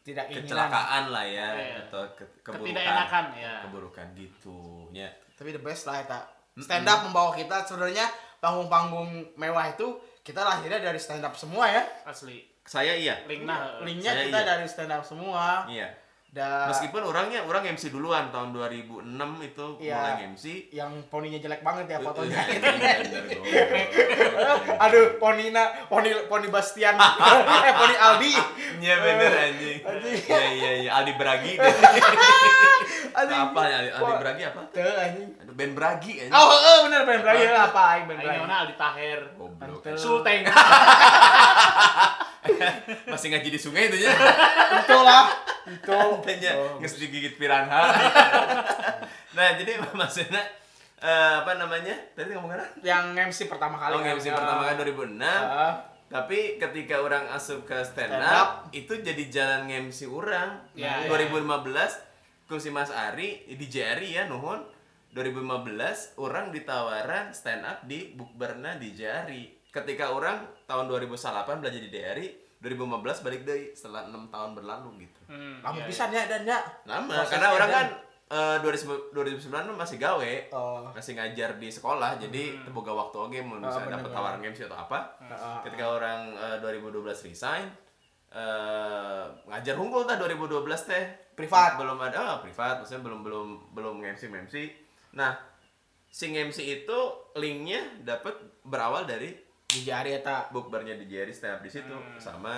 tidak kecelakaan
kecelakaan lah ya
Iya.
atau ke, keburukan.
Ketidakenakan, ya.
Keburukan gitu. Ya.
tapi the best lah eta stand up membawa kita sebenarnya panggung-panggung mewah itu kita lahirnya dari stand up semua ya
Asli.
Saya iya.
Linknya. eh,
linknya
Saya
kita
iya.
dari stand up semua
Iya.
dan
Meskipun orangnya orang MC duluan tahun 2006 itu
Iya.
mulai MC.
yang poninya jelek
Eh,
banget ya fotonya
Bener, dong.
[laughs] aduh ponina poni poni
[laughs]
Bastian eh poni Aldi
Iya bener anjing.
Anjing.
Iya iya iya Aldi Bragi. deh. apa ya Aldi, Aldi Bragi apa?
Tuh, anjing
Aduh Ben Bragi anjing.
oh eh, bener Ben Bragi eh, apa aing Ben
Aing
Bragi
namanya Aldi Taher.
Goblok. kan.
Ante.
[laughs]
Sulteng.
Masih ngaji di sungai itu ya.
itu lah itu
[laughs] Tanya
Oh.
nges digigit piranha. nah, jadi maksudnya eh, apa namanya? Tadi ngomong apa?
yang MC pertama kali
Oh, MC
Eh,
pertama kan 2006.
eh,
Tapi ketika orang asup ke stand
Stand Iya,
up, itu jadi jalan MC orang.
Ya,
2015 ku si Mas Ari di JRI ya nuhun. 2015 orang ditawaran stand up di Bukberna di JRI. Ketika orang tahun 2008 belajar di DRI, 2015 balik deh setelah 6 tahun berlalu gitu.
Hmm,
lama
iya,
pisan ya dan ya
Lama
Prosesnya
karena orang
dan-
kan eh, 2009 2009 masih gawe,
Oh.
masih ngajar di sekolah, jadi terboga waktu oke mau misalnya dapat
Hmm. Ah, bener-bener. Ah.
tawaran MC atau apa
Heeh.
ketika orang eh, 2012 resign eh ngajar unggul tah 2012 teh
Privat.
belum ada ah, privat maksudnya belum belum belum MC MC nah sing MC itu linknya dapat berawal dari
di jari eta
bookbarnya di Jerry stand up di situ
Hmm.
sama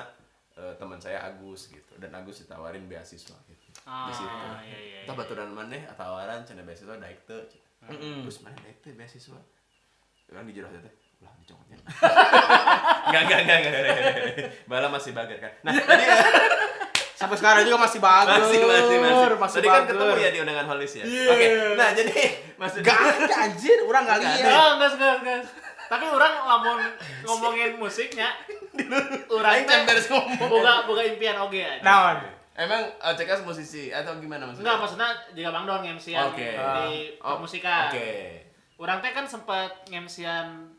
eh, teman saya Agus gitu dan Agus ditawarin beasiswa gitu
Ah,
di situ
iya, iya,
Tah baturan maneh tawaran cenah beasiswa daik teu cenah.
Mm-mm.
terus mana daik teh beasiswa orang dijeroh teh ulah
[laughs]
dicongotnya enggak enggak enggak enggak, enggak, enggak. bala masih bager kan nah
[laughs]
tadi
sampai sekarang juga masih
[laughs]
bagus
masih masih masih
masih
tadi kan
bagus.
ketemu ya di undangan holis ya
Iya.
oke nah jadi [laughs] maksud
Gak ada anjir, orang gak
Gak
iya.
lihat.
Oh, enggak, enggak, enggak. Tapi orang lamun ngomongin musiknya,
[laughs]
orang
Aing
teh
cember sombong.
boga boga impian oge aja.
Nah.
Naon?
emang OCK musisi atau gimana maksudnya
Enggak, maksudnya jika Bang Don ngemsian
Oke.
di
Oh,
permusikan.
oke
Orang teh kan sempat ngemsian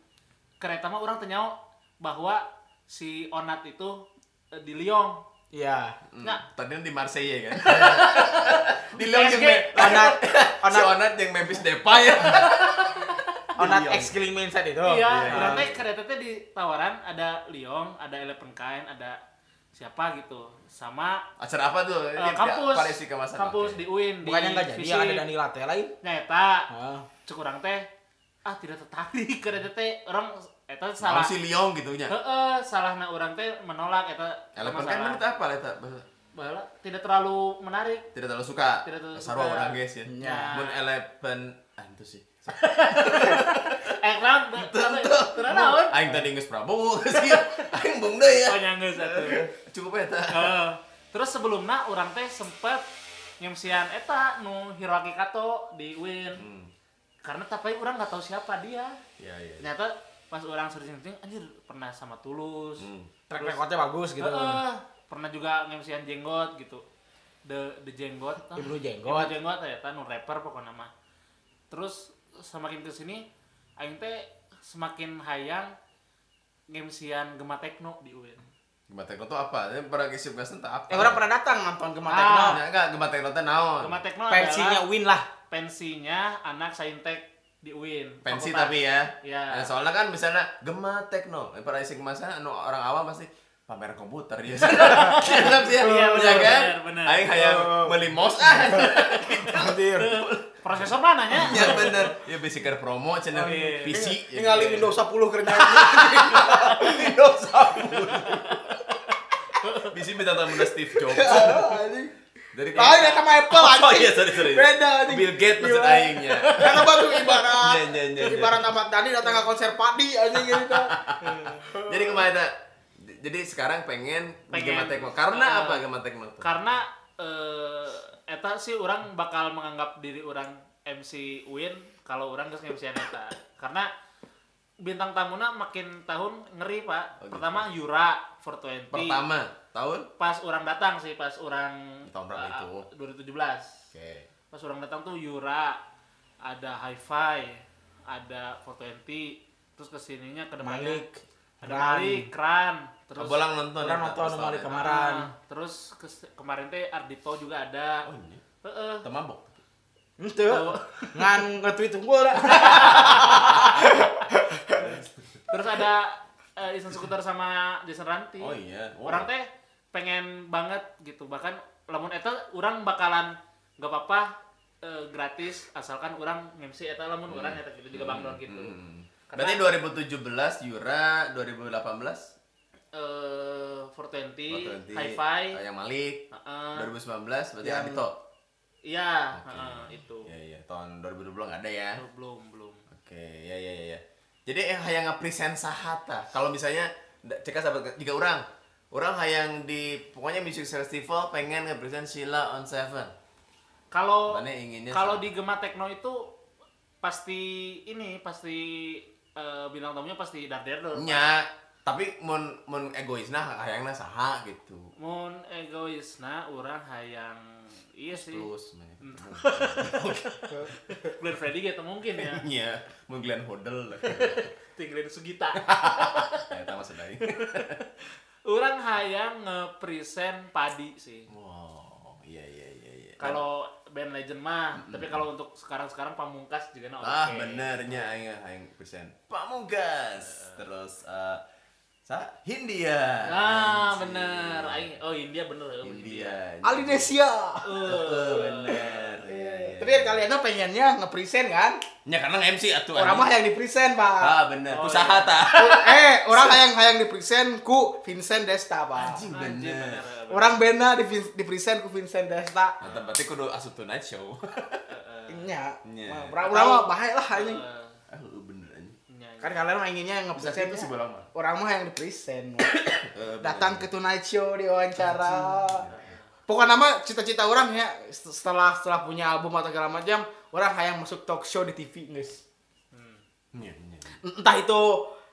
kereta mah orang tenyao bahwa si Onat itu eh, di Lyon.
Iya.
Hmm,
Nah.
tadi di
[laughs]
Marseille kan di Lyon
PSG.
yang Me-
Onat,
si
onat,
Onat yang Memphis Depay
[laughs]
ya
onat
Lyon.
ex killing mindset itu.
iya,
Oh, iya.
orang teh kereta teh di tawaran ada Lyon, ada Eleven Kain, ada siapa gitu. Sama
acara apa tuh
eh,
Ini di-
kampus
Parisi Kemasan
kampus
oke.
di UIN di
Bukannya nggak jadi,
Visi.
yang ada Dani Latte lain.
Nyata,
Ah.
cek orang teh ah tidak tertarik [laughs] kereta teh orang eta
Salah.
salah.
si Lyon gitu nya.
Heeh, salahna urang teh menolak eta
Elephant kan
masalah.
menurut apa lah eta? Bahasa-
Bala, tidak terlalu menarik.
Tidak terlalu suka.
Tidak terlalu
Sarwa
suka. Iya.
orang guys ya.
Nya.
Mun elephant ah itu sih.
Eh,
[laughs]
kenapa? Tidak naon.
Aing tadi ngeus Prabowo [laughs] sih. Aing bung deui ya.
Oh, nyanggeus satu.
Cukup ya, eta.
Eh, Terus sebelumnya orang teh sempat nyemsian eta nu Hiroaki Kato di Win.
Hmm.
Karena tapi orang nggak tahu siapa dia.
Ya ya.
Ternyata pas orang searching-searching anjir pernah sama Tulus.
Hmm.
Track recordnya bagus gitu.
Heeh, pernah juga ngemsian jenggot gitu. The the jenggot. ah. tah.
Ibnu Jenggot.
Ibnu jenggot ya, eta nu rapper pokoknya mah. Terus semakin kesini aing teh semakin hayang ngemsian gema tekno di UIN.
Gema Tekno tuh apa? Ini pernah ngisi gas entah apa.
Eh orang pernah datang nonton Gema
Ah.
Tekno.
Nah, enggak Gema Tekno teh naon?
Gema tekno
Pensinya
adalah
Win lah.
pensinya anak saintek di UIN.
Pensi
Fakultas.
tapi ya.
Ya.
Nah, soalnya kan misalnya Gema Tekno, eh, para isi kemasan anu orang awam pasti pamer komputer ya. [laughs] Iya sih.
Iya,
Iya
benar,
kan?
benar, benar.
Aing hayang
Oh.
beli mouse ah.
Anjir.
Prosesor mana nya?
Iya benar. [laughs] Ya bisikan promo channel
iya.
PC. ya.
Tinggalin Windows 10 kerjaan. Windows 10.
PC minta temen Steve
[laughs]
Jobs.
Ah,
Dari
Lain ya sama Apple
[laughs] Oh
anjing.
iya, sorry sorry.
Beda anjing.
Bill Gates maksud
Gila. Ah,
aingnya.
Karena baru ibarat.
Iya, iya, iya, iya.
Ibarat Ahmad Dhani datang ke konser padi anjing gitu.
Jadi kemarin tak jadi sekarang pengen,
Pengen.
Gema Tekno. Karena
Ah.
apa Gema Tekno tuh?
Karena eh eta sih orang bakal menganggap diri orang MC Win kalau orang geus MC eta. Karena bintang tamuna makin tahun ngeri, Pak.
Oh, gitu.
Pertama Yura 420.
Pertama tahun
pas orang datang sih pas orang
Tahun berapa
ah,
itu?
2017
Oke.
pas orang datang tuh Yura ada Hi-Fi ada 420 terus kesininya ke depannya
Malik,
ada
Ran.
Malik Kran terus
Kebolang nonton.
Orang
ya,
nonton
Pak,
sama di
pas
kamar.
tahun
Ran.
Ah, terus kes- kemarin teh Ardito juga ada
itu. Oh ini.
Heeh.
Temabok.
Ente. Ngan nge-tweet unggul lah.
terus ada eh, Jason Sekutar sama Jason Ranti
Oh iya. Oh.
orang teh pengen banget gitu bahkan lamun eta orang bakalan gak apa-apa eh, gratis asalkan orang MC eta lamun orang eta gitu juga bangdon gitu
Hmm.
Karena-
Berarti 2017 Yura, 2018
eh
Oh, 420,
420, hi-fi
eh, yang Malik,
heeh.
2019 berarti
Yang-
Adito.
iya
Oke.
heeh, itu
Iya iya, tahun 2020 nggak ada ya.
belum belum
Oke, ya ya ya. ya. Jadi eh hayang nge-present sahata. Kalau misalnya da- cek sahabat tiga orang, orang hayang di pokoknya music festival pengen nge-present Sheila on Seven.
kalau
Mana inginnya
kalau
sama.
di Gema Tekno itu pasti ini pasti eh, bintang tamunya pasti Darderdor
Nya, tapi mun mun egoisna hayangna saha gitu.
mun egois nah orang hayang iya Mm. sih
Plus men.
[laughs] Glenn Freddy gitu mungkin ya
[laughs] Nya, mun Iya, Glenn Hodel lah.
Tinggalin Sugita
[laughs] Eta mah sedai.
orang hayang nge-present padi sih
Wow, iya iya iya iya.
kalau band legend mah tapi kalau untuk sekarang-sekarang pamungkas juga nah oke
Hmm. Ah benernya aing aing present. Pamungkas. Terus eh sa Hindia.
Ah,
Anjing.
bener. Aing- oh India bener. Oh,
India.
Ali Desia.
Heeh, [laughs] bener. Oh, Iya, iya.
Tapi kan kalian tuh pengennya nge-present kan?
Ya karena MC atuh.
Orang mah yang di-present, Pak.
Ah, bener.
Oh,
Usaha ta.
eh, orang hayang hayang di-present ku Vincent Desta, Pak.
Anjing
Anjing,
bener.
Orang bena di di-present ku Vincent Desta.
Mantap berarti Nah, kudu asup to night show. [laughs]
Nya.
Nya.
Mah, Orang orang mah bahaya lah anjing.
Eh,
Ah, bener anjing.
iya, iya.
Kan kalian mah inginnya yang
Bisa
nge-present
sih
ya.
sebelah mah.
Orang mah yang di-present.
[coughs] Eh,
Datang
bener.
ke Tonight Show
ya,
diwawancara. Pokoknya nama cita-cita orang ya setelah setelah punya album atau segala macam, orang hayang masuk talk show di TV, guys.
Hmm.
Nya, nya.
Entah itu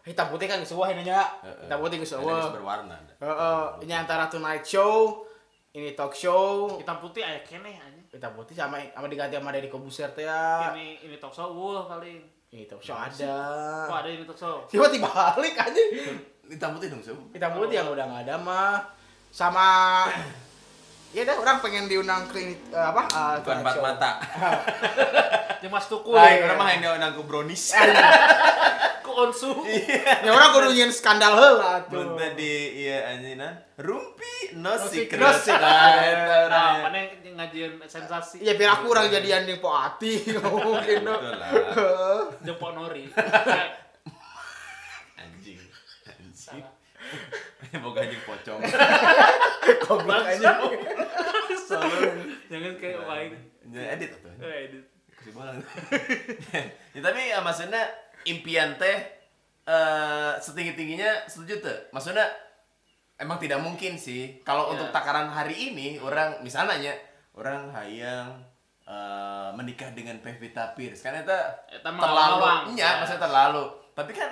hitam putih kan geus eueuh nya.
Heeh.
Hitam putih
Ada
geus eueuh.
yang berwarna. ada.
Heeh, ini antara Tonight Show, ini talk show,
Hitam putih aya keneh anjing.
kita putih sama sama diganti sama dari Kobuser teh ya.
Ini ini talk show wuh paling.
Ini talk show ada.
Kok ada ini talk show?
Tiba-tiba balik aja.
Hitam putih dong, Sob.
Kita putih yang udah nggak ada mah sama Ya dah orang pengen diundang ke ini eh, apa?
Bukan
eh, Tonight
empat
Show.
mata.
Jemas tukul.
Lain, orang mah yang diundang ke brownies.
Ku onsu.
Ya orang kudu nyian skandal heula
Belum
tuh.
tadi iya anjina. Rumpi no secret.
secret.
Ah, eta
Nah,
orang.
mana yang ngajieun sensasi?
Ya biar aku orang jadian yang poati [laughs] mungkin
Betul
dong.
lah.
Heeh.
Jepok nori. Ya,
Anjing. Anjing. Boga anjing [laughs] pocong.
Goblok aja.
Bangsa. Jangan kayak main.
Ya, edit tuh.
Eh, edit.
Kasih bola. [laughs] ya, tapi ya, maksudnya impian teh eh setinggi-tingginya setuju tuh. Maksudnya emang tidak mungkin sih kalau
Ya.
untuk takaran hari ini orang misalnya nya, orang hayang eh, menikah dengan Pevita Pierce kan itu
Eta mah
terlalu
ngawang.
iya
Ya.
maksudnya terlalu tapi kan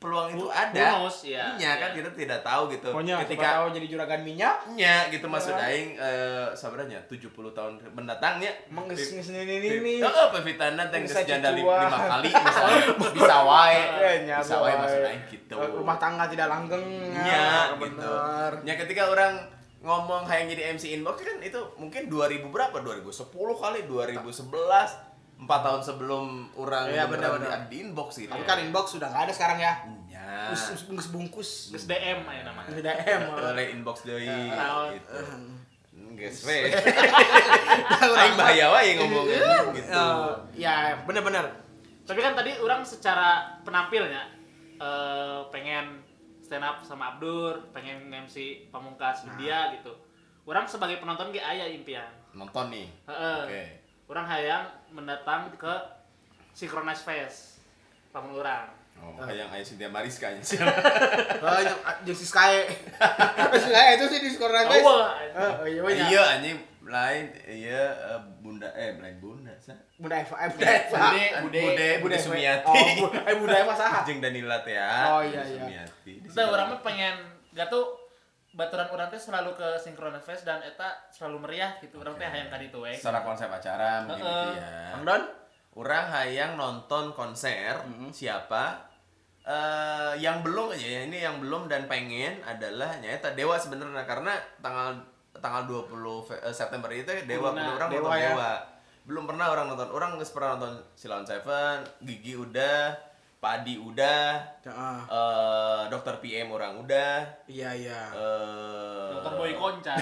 peluang itu
Who-
ada.
who knows, ya,
Nya, kan
ya.
kita tidak tahu gitu.
Pokoknya
Ketika
ketika tahu jadi juragan minyak,
nya gitu maksud
Ya.
aing eh sabarnya 70 tahun mendatangnya
mengesngesnenin ini.
ini oh pevitana teh geus
Bisa
janda li-
cucuan.
lima kali
[laughs]
misalnya bisa wae
Ya, nya,
bisa wae
boy. Eh,
maksud aing gitu
Rumah tangga tidak langgeng.
Iya,
Ah,
gitu.
bener.
Ya ketika orang ngomong hayang jadi MC inbox kan itu mungkin 2000 berapa? 2010 kali 2011 4 tahun sebelum orang
Iya,
beneran
benar-benar.
di, di inbox gitu. Iya.
Tapi kan inbox sudah nggak ada sekarang ya.
Nya.
Us- us- Bungkus bungkus. eh,
Terus DM aja namanya.
Tidak em.
Oleh inbox deui
Iya,
Nah,
gitu. Geus we. [laughs] Aing bahaya wae ngomongnya gitu.
Eh, ya bener-bener.
Tapi kan tadi orang secara penampilnya eh, pengen stand up sama Abdur, pengen MC pamungkas India gitu. Orang sebagai penonton ge aya impian.
Nonton nih.
Heeh.
Oke.
Orang hayang mendatang ke Synchronize Fest pamun orang.
Oh, hayang aya Cynthia Mariska nya.
Banyak ah, jersey
[laughs]
sky. Jersey sky itu sih di skor guys. Eh, oh iya banyak.
Iya anjing lain iya eh, Bunda eh lain Bunda. sa.
Bunda Eva, eh, Bunda Eva.
Bude,
Bude,
Bude, Bude
Eva.
Sumiati.
Oh, Bu-
[laughs]
eh Bunda Eva saha?
Jeng Danila teh.
Oh, iya, iya.
Sumiati. Di
Kita
sini.
orang mah pengen gak tuh baturan orang teh selalu ke Synchronize Fest dan eta selalu meriah gitu. Orang teh
Oke.
hayang ka ditu we.
secara konsep acara mungkin
eh. Heeh.
gitu ya.
Bang Don?
Orang hayang nonton konser siapa eh yang belum aja ya ini yang belum dan pengen adalah nyata Dewa sebenarnya karena tanggal tanggal 20 Fe- eh, September itu Dewa
Benar,
orang
Dewa
nonton
ya.
Dewa. Belum pernah orang nonton. Orang nggak pernah nonton Silon Seven, Gigi udah, Padi udah,
Ah,
eh Dokter PM orang udah,
Iya iya.
eh
Dokter Boy Konca.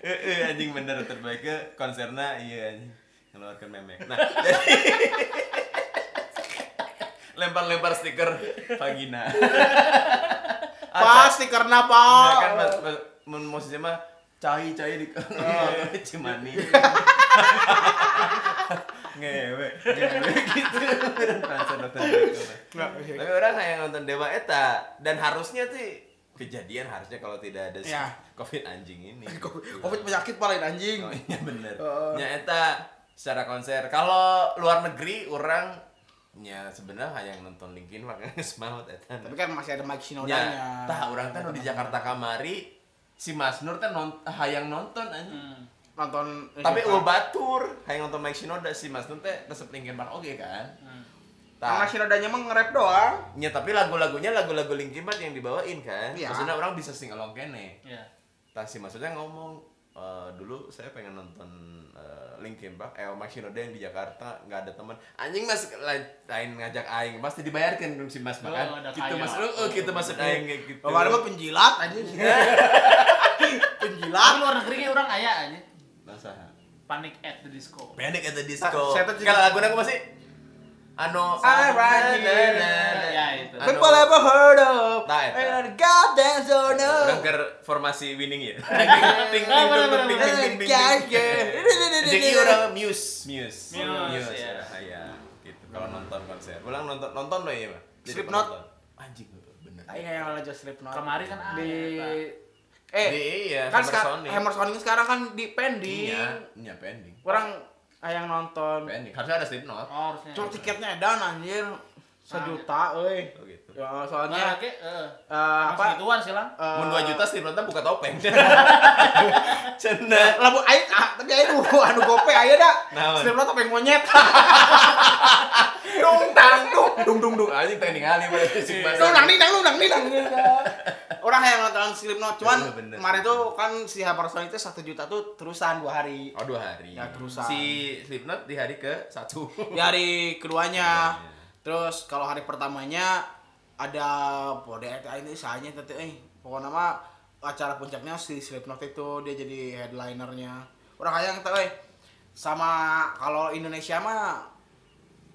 Eh, eh, anjing bener terbaiknya konsernya iya anjing ngeluarkan memek
[laughs]
nah jadi lempar-lempar stiker
[laughs]
vagina Ah,
Pasti karena
ca-
Pak.
nah, kan mas, mas, mun maksudnya mah cai cai di
Iya.
[laughs] cimani ngewe ngewe gitu konser dokter Michael, mah.
Nah, iya.
tapi orang kayak nonton Dewa Eta dan harusnya sih kejadian harusnya kalau tidak ada si
Ya.
covid anjing ini
[laughs] Covid penyakit paling anjing.
Oh, iya bener.
Heeh.
Nya eta secara konser. Kalau luar negeri orang nya sebenarnya hanya yang nonton Linkin [laughs] Park geus maot eta.
Tapi kan masih ada Mike Shinoda-nya.
Nya ya, tah urang teh nu di Jakarta kamari si Mas Nur teh non, hayang nonton anjing.
Hmm.
nonton
Tapi
Shinoda.
ulah batur hayang nonton Mike Shinoda si Mas Nur teh resep Linkin Park oge kan.
Hmm.
Karena
Tah
Shinodanya mah nge-rap doang.
nya tapi lagu-lagunya lagu-lagu Linkin Park yang dibawain kan.
Iya.
Maksudnya orang bisa sing along kene.
Ya.
Tasi maksudnya ngomong "Eh, dulu saya pengen nonton eh, Linkin Park, eh Mike Shinoda yang di Jakarta nggak ada teman. Anjing mas lain, lain ngajak aing pasti dibayarkan dong si mas
Oh,
makan.
ada
Kita
kaya.
mas, oh, oh, kita masuk aing kayak gitu.
Kemarin mah penjilat anjing.
Tapi
penjilat.
luar negeri ge orang aya aja.
Masaha.
Panic at the Disco.
Panic at the disco.
Ah, saya tuh juga-
Kalau lagunya aku masih ano
Alright,
na, na, na, na.
Ya itu.
Anu-
People ever heard of.
Nah, eta.
And God dance
Oh,
or no.
Orang ke formasi winning ya.
Eh,
[laughs] Ting ting ting
Ah, bener,
ting ting ting
bener,
ting ting. Jadi orang Muse, Muse,
Muse, ya.
ya, ya, gitu. Kalau nonton konser, ulang nonton nonton loh ya, Pak. Jadi
Slipknot.
penonton. Anjing bener.
Ayo Ah, iya, yang aja Slipknot.
Kemarin kan ada,
di eh
Eh, iya, Hammer
kan sekarang
Sonic.
Hammer Sonic sekarang kan di pending.
Iya, iya pending.
Orang eh, yang nonton.
Pending. Harusnya ada Slipknot.
Oh, harusnya.
Cuma tiketnya edan anjir. Sejuta euy.
Oh gitu.
Ya
Nah,
soalnya
oke, heeh.
eh,
Apa?
apa?
Segituan sih lah.
eh,
Mun 2 juta Slipknotnya buka topeng. [laughs] Cena.
Labu air, ah, tapi air nu [laughs] anu gope aja dah.
Naon?
Slipknot topeng [laughs] monyet.
Dung tang dung dung dung dung. Anjing teh ningali bae sing
Lu nang ninang, lu nang ninang. [laughs] Orang yang nonton Slipknot, cuman
Bener, bener.
kemarin tuh kan si Hammer Sonic itu satu juta tuh terusan dua hari.
Oh dua hari.
Ya, terusan.
Si Slipknot di hari ke satu.
Di hari keduanya,
Keduanya.
terus kalau hari pertamanya ada bode ini sahanya tete eh pokoknya mah acara puncaknya si Slipknot itu dia jadi headlinernya. Orang kayak kita eh sama kalau Indonesia mah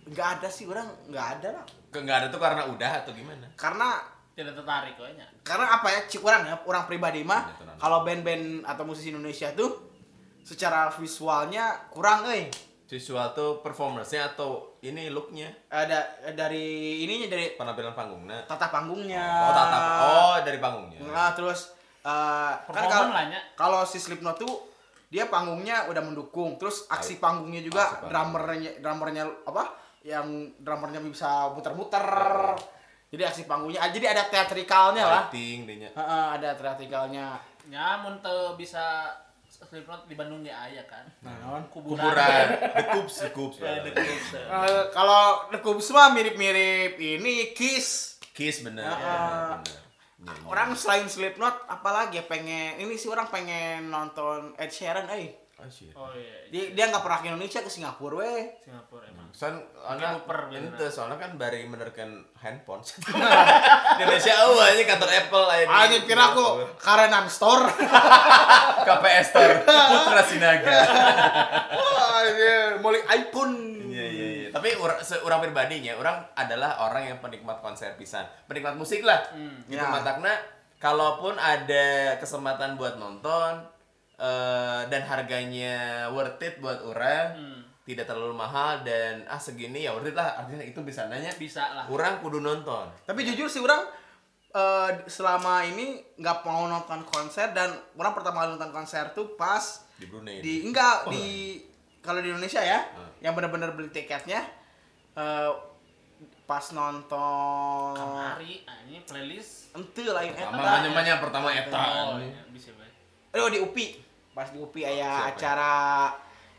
nggak ada sih orang nggak ada lah
Ke enggak ada tuh karena udah atau gimana?
karena
Tidak tertarik eh, kayaknya.
karena apa ya cik orang ya orang pribadi mah
Ya, tenang.
kalau band-band atau musisi Indonesia tuh secara visualnya kurang eh. euy
Visual tuh performance-nya atau ini look-nya?
ada dari ininya dari
penampilan panggungnya
tata panggungnya
oh tatap oh dari panggungnya
nah, terus eh, kan
Performan
kalau
lah nya.
kalau si Slipknot tuh dia panggungnya udah mendukung terus aksi panggungnya juga
Aksi panggung.
drummernya drummernya apa yang drummernya bisa muter-muter. Jadi aksi panggungnya, ah, jadi ada teatrikalnya lah.
Lighting deh nya.
Heeh, ada teatrikalnya.
Ya, mun teu bisa Slipknot di Bandung ya aya kan.
Nah, naon?
Kuburan, the Cubs, the Cubs.
Iya,
Ya, The Cubs.
Eh, kalau The Cubs mah mirip-mirip ini Kiss.
Kiss bener.
Ah,
ya,
ah.
bener. Ya, ya.
Orang selain Slipknot apalagi ya pengen ini sih orang pengen nonton Ed Sheeran euy.
Oh, shit.
Oh iya,
Dia dia nggak pernah ke Indonesia ke Singapura weh.
Singapura emang.
Soalnya anak
Mungkin Uber, bener.
ente, soalnya kan bari menerkan handphone. [laughs] Indonesia eueuh anjing kantor Apple aja. di-
Anjing kira Ah, aku karenan store.
KPS Store Putra Sinaga.
[laughs] Anjing, Ah, iya, mulai iPhone.
Iya iya iya. Tapi ur- seorang pribadinya, orang adalah orang yang penikmat konser pisan, penikmat musik lah. Gitu
Ya.
matakna, kalaupun ada kesempatan buat nonton eh, dan harganya worth it buat orang, tidak terlalu mahal dan ah segini ya worth it lah. Artinya itu bisa nanya.
Bisa lah.
Orang kudu nonton.
Tapi jujur sih orang eh, selama ini nggak mau nonton konser dan orang pertama kali nonton konser tuh pas
Di Brunei.
di enggak di kalau di Indonesia ya yang benar-benar beli tiketnya eh, pas nonton
Kamari anjing ah, playlist.
ente ya. lain
Pertama
eta
namanya namanya pertama eta.
Oh, iya, bisa bae.
aduh di UPI pas di UPI
Siapa ya?
aya acara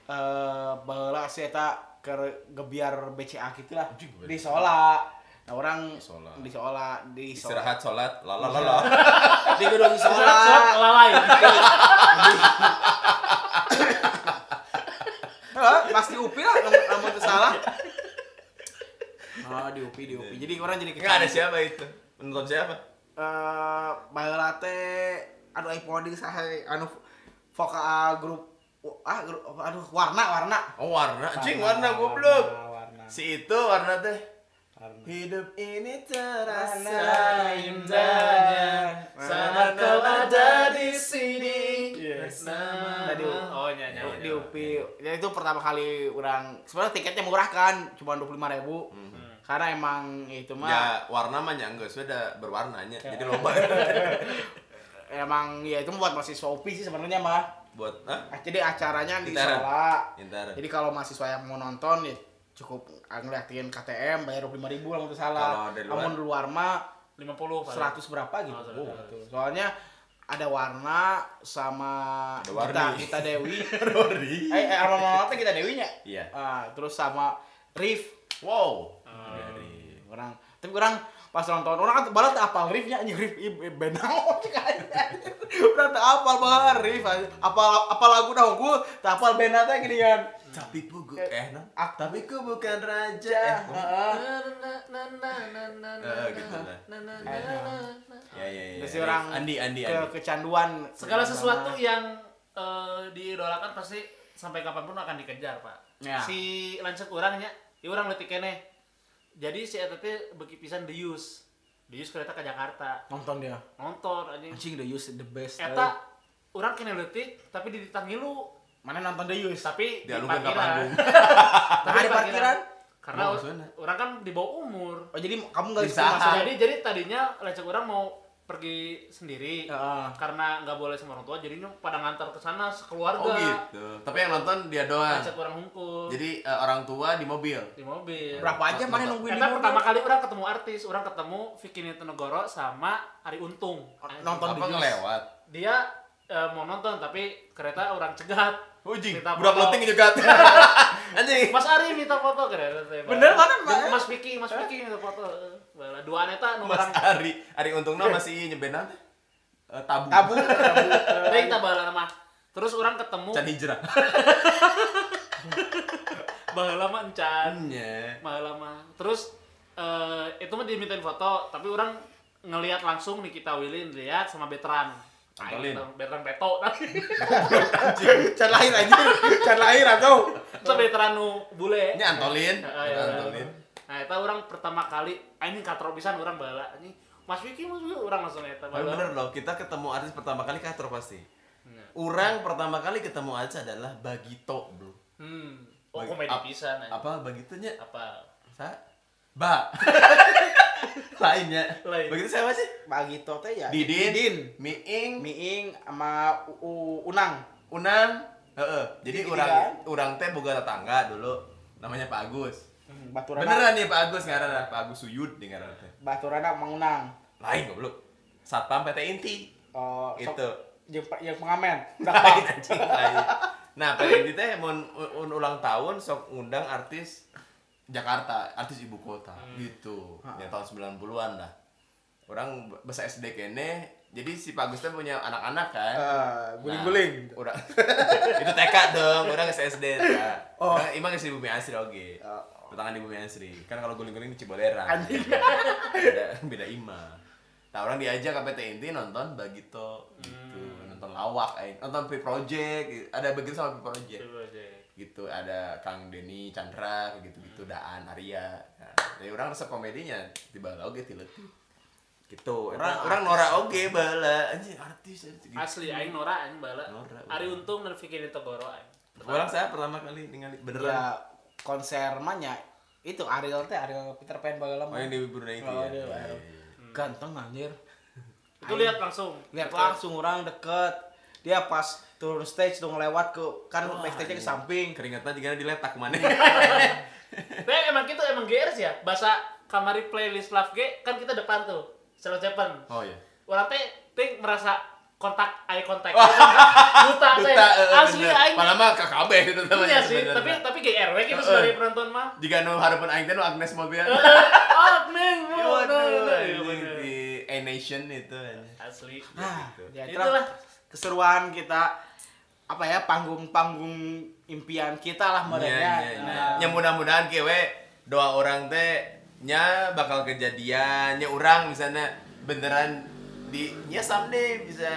eh baheula sih eta ke gebiar BCA gitu lah
Anjing,
di Sola nah orang
Sola.
di Sola di Sola
Istirahat sholat, lalalala.
di gedung
Surat surat
Sola
lalai. Iya,
Hah? pasti UPI lah kamu- kamu tuh salah oh di UPI di UPI jadi orang jadi
Enggak ada siapa itu. Menonton siapa?
eh anu baheula teh aduh iPhone sahe anu vokal grup ah grup aduh warna warna
Oh warna, anjing warna goblok.
warna
Si itu warna teh.
Warna.
Hidup ini
Terasa indahnya saat kau ada
di sini bersama.
Tadi
Oh, nyanyi.
di UPI ya itu pertama kali orang sebenarnya tiketnya murah kan cuma dua puluh lima ribu karena emang itu mah
Ya warna mah ya enggak sudah berwarnanya. Jadi lomba [laughs]
emang ya itu buat mahasiswa UPI sih sebenarnya mah
buat hah?
jadi acaranya di
Gitaran.
Sola
Ntar. [laughs]
jadi kalau mahasiswa yang mau nonton ya cukup ngeliatin KTM bayar dua puluh lima ribu kalau nggak salah
Kalau dari luar?
namun di luar mah
50 paling.
100 berapa gitu.
ya? Oh, 100.
Gitu. Soalnya ada warna sama
Ada
kita
warni.
kita Dewi. [laughs]
Rory.
eh, eh sama Mama Mata kita Dewinya.
Iya.
Ah, terus sama Rif
Wow.
orang. Tapi orang pas nonton orang kan balas apal Rifnya anjing Rif benang [laughs] Orang tak apal bahar Rif. Apal apal lagu dah unggul, tak apal benda teh gini kan.
Tapi ku bu- eh no.
Ah,
Tapi ku bukan raja. Eh,
Ya, heeh.
Eh, gitu lah. Ya ya ya.
Terus si orang
Andi Andi
ke
Andi.
kecanduan
Segala
Iya,
sesuatu iya. yang eh, diidolakan pasti sampai kapanpun akan dikejar, Pak.
Iya.
Ya.
Si lancet orangnya, ya orang leutik keneh. Jadi si eta teh beki pisan Deus. Deus kereta ke Jakarta.
nonton dia.
Nonton anjing.
Anjing the use the best.
Eta orang kena leutik tapi di ditanggilu
mana nonton the use?
tapi di
Dialungkan ke
parkiran.
panggung.
[laughs] Tapi
Nah, di parkiran.
Karena
Nah,
or-
maksudnya.
orang kan di bawah umur.
Oh jadi kamu nggak
Bisa.
disuruh masuk
Jadi jadi tadinya lecek orang mau pergi sendiri
Heeh.
karena nggak boleh sama orang tua jadinya pada ngantar ke sana sekeluarga.
Oh gitu. Tapi yang nonton dia doang.
Lecek orang hukum
Jadi eh, orang tua di mobil.
di mobil.
berapa aja mana nungguin di
Karena
mobil?
pertama kali orang ketemu artis, orang ketemu Vicky Nitinegoro sama Ari Untung.
Oh, Nonton
Apa
di Jus.
ngelewat?
Dia eh, mau nonton tapi kereta orang cegat.
Ujing,
Minta
budak
foto.
leting juga. [laughs] Anjing.
Mas Ari minta foto kereta.
Bener mana, Mas?
Mas Vicky, Mas Vicky minta foto. Bala dua neta nu
Mas
orang
Ari, Ari untungnya masih nyebena eh, tabu.
Tabu.
[laughs] Tapi kita bala mah. Terus orang ketemu
Can hijrah.
bala mah encan.
Nya.
mahal lama terus eh, itu mah dimintain foto tapi orang ngelihat langsung Nikita Willy lihat sama Betran
Antolin.
Ayo, Betran Beto [laughs] tapi
Can lahir aja. Can lahir atau
itu Betran nu bule
Ini Antolin.
Ah, iya.
Antolin.
nah itu orang pertama kali ah, ini katro pisan orang bala ini Mas Vicky Mas Vicky orang langsung eta
Tapi
bala
bener loh, kita ketemu artis pertama kali katro pasti.
Nah.
Orang pertama kali ketemu Aca adalah Bagito, bro.
hmm oh
Bagi-
komedi
ap-
pisan anjing.
Apa Bagitonya?
apa
Sa?
[laughs]
Ba. Lainnya.
Lain.
Begitu siapa sih?
bagi tote ya.
Didin,
Didin.
Miing,
Miing sama U- U- Unang.
Unang. Heeh. Jadi
Jadi
orang
tiga.
orang teh boga tetangga dulu namanya Pak Agus.
Baturana.
Beneran nih Pak Agus ngaran Pak Agus Suyud nih ngaran teh.
Baturana Mangunang.
Lain goblok. Satpam PT Inti. Gitu.
Oh, sok-
Itu.
Jeung pa- jeung pengamen.
[laughs]
Udah
Lain anjing lain. Nah, PT Inti teh mau ulang tahun sok ngundang artis Jakarta, artis ibu kota gitu. Ya tahun 90-an lah. Orang bahasa SD kene, jadi si Pak Agus teh punya anak-anak kan.
guling-guling.
Nah, urang- [laughs] itu TK dong, orang ke SD. Nah.
Oh.
Urang imang geus di Bumi Asri oge.
Oh.
Pertangan di Bumi Asri. Kan kalau guling-guling di Cibolera.
Anjing.
beda, beda imang. Nah, orang diajak ke PT Inti nonton Bagito gitu, nonton lawak aing. Nonton P Project, gitu. ada begitu sama P Project.
Coba aja.
Gitu, ada Kang Denny, Chandra, gitu-gitu, Daan, Arya. Nah, jadi orang resep komedinya tiba oge ti leutik. Gitu. Orang orang norak oge baheula anjing artis anjing, gitu.
Asli aing Nora aing bala.
Nora,
Ari
ulah.
Untung dan Vicky Togoro aing.
Orang saya pertama kali ningali beneran.
Ya konser mana itu Ariel teh Ariel Peter Pan bageula
Oh
mah.
yang di Brunei itu
Oh,
ya.
dia,
Iya,
Ariel.
iya, iya.
Ganteng anjir.
Itu lihat langsung.
lihat langsung orang deket dia pas turun stage dong lewat ke kan backstage ke samping
Keringatnya juga diletak mana?
Tapi emang gitu emang GRS ya. Bahasa kamari playlist Love G kan kita depan tuh. Selalu Japan.
[laughs] Oh iya.
Orang teh ting merasa kontak eye [laughs] contact. Buta
Oh.
teh.
Duta, eh,
Asli
bener.
aing.
Malah mah KKB itu
Iya sih, tapi tapi GRW gitu
Heeh.
sebagai penonton mah. [laughs]
jika nu harapan aing teh nu Agnes Mobil.
Oh, neng.
Iya, Waduh,
Waduh.
anjing, Ah. di A Nation itu. anjing.
Asli.
nah ya,
Itulah.
itulah keseruan kita apa ya panggung-panggung impian kita lah
Iya,
Nah, modelnya
iya, iya. Ya mudah-mudahan kewe doa orang teh nya bakal kejadian nya orang misalnya beneran di nya someday bisa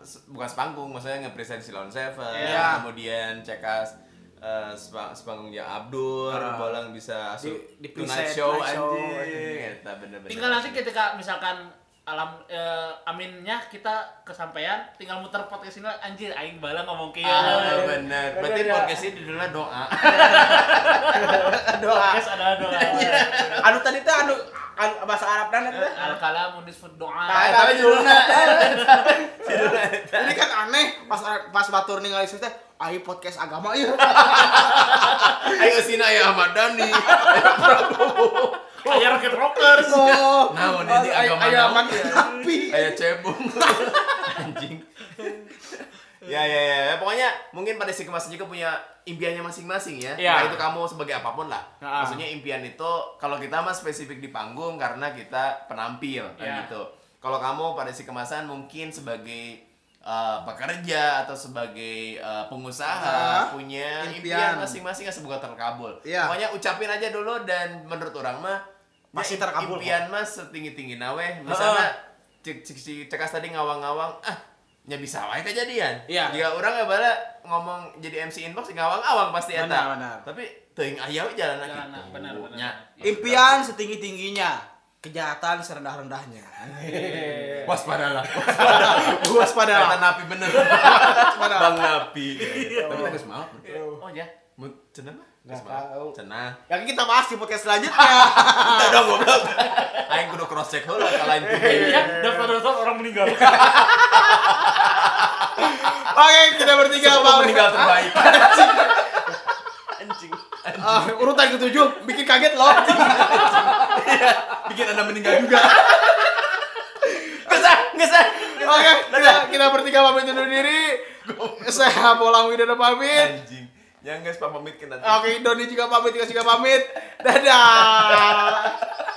se- bukan sepanggung maksudnya ngepresent si Lawn Seven
Iya.
kemudian cekas eh, sepa- sepanggung yang Abdur
Ah.
bolang bisa
Di-
asup
di
tonight
preset,
show
Tonight Show, anjing.
anjing ya, eta bener-bener
Tinggal nanti ketika misalkan alam eh, aminnya kita kesampaian tinggal muter podcast ini lah, anjir aing bala ngomong ya. kieu.
ah, bener berarti
Bener, ya.
podcast ini judulnya doa [laughs]
doa
podcast adalah doa.
Iya.
anu tadi tuh anu, anu bahasa Arab dan itu
Al kalam nisfu
ah
eh,
doa.
tapi judulnya judulnya eta.
ini kan aneh pas pas batur ningali sih teh ayo podcast agama ya
ayo sini ayo Ahmad
[laughs]
Dhani
Layar Rocket Rockers.
oh
Naon, ini agama naon?
tapi
Ayah cebong. Anjing. Ya, ya, ya, ya. Pokoknya mungkin pada si kemas juga punya impiannya masing-masing ya.
Iya.
Nah, itu kamu sebagai apapun lah.
Nah.
Maksudnya impian itu kalau kita mah spesifik di panggung karena kita penampil kan
Iya.
gitu. Kalau kamu pada si kemasan mungkin sebagai eh, pekerja atau sebagai eh, pengusaha
Pengusaha,
punya
Nah, impian.
impian masing-masing yang semoga terkabul.
Iya.
Pokoknya ucapin aja dulu dan menurut orang mah
Pasti
ya,
terkabul kok.
Impian mah setinggi-tinggi nawe misalnya cek cek si cekas tadi ngawang-ngawang ah nya bisa wae kejadian
Iya.
jika orang ya bala ngomong jadi MC inbox ngawang-awang pasti eta
Benar, benar.
tapi teuing aya we jalana
Jalana,
gitu
benar, benar.
Nya.
Iya. impian setinggi tingginya kejahatan serendah rendahnya
Eh, waspadalah
waspadalah
Eta napi bener
Waspadalah.
bang napi
Iya,
tapi geus mau
Oh ya.
mun cenah mah geus
Nggak
mau
tahu.
cenah
yang Ya, kita bahas di podcast selanjutnya.
Teu dong goblok aing kudu cross check heula ka lain
Iya,
Ya, daftar-daftar orang meninggal.
[laughs] Oke, kita bertiga
Sepuluh
Bang.
meninggal terbaik anjing
Ah, urutan ketujuh bikin kaget [laughs] loh.
bikin anda meninggal juga kesah kesah
Oke, kita, kita bertiga pamit undur diri. Saya Bolang Widodo pamit.
anjing yang guys pamit ke nanti
Oke, Doni juga pamit, kita juga pamit. Dadah.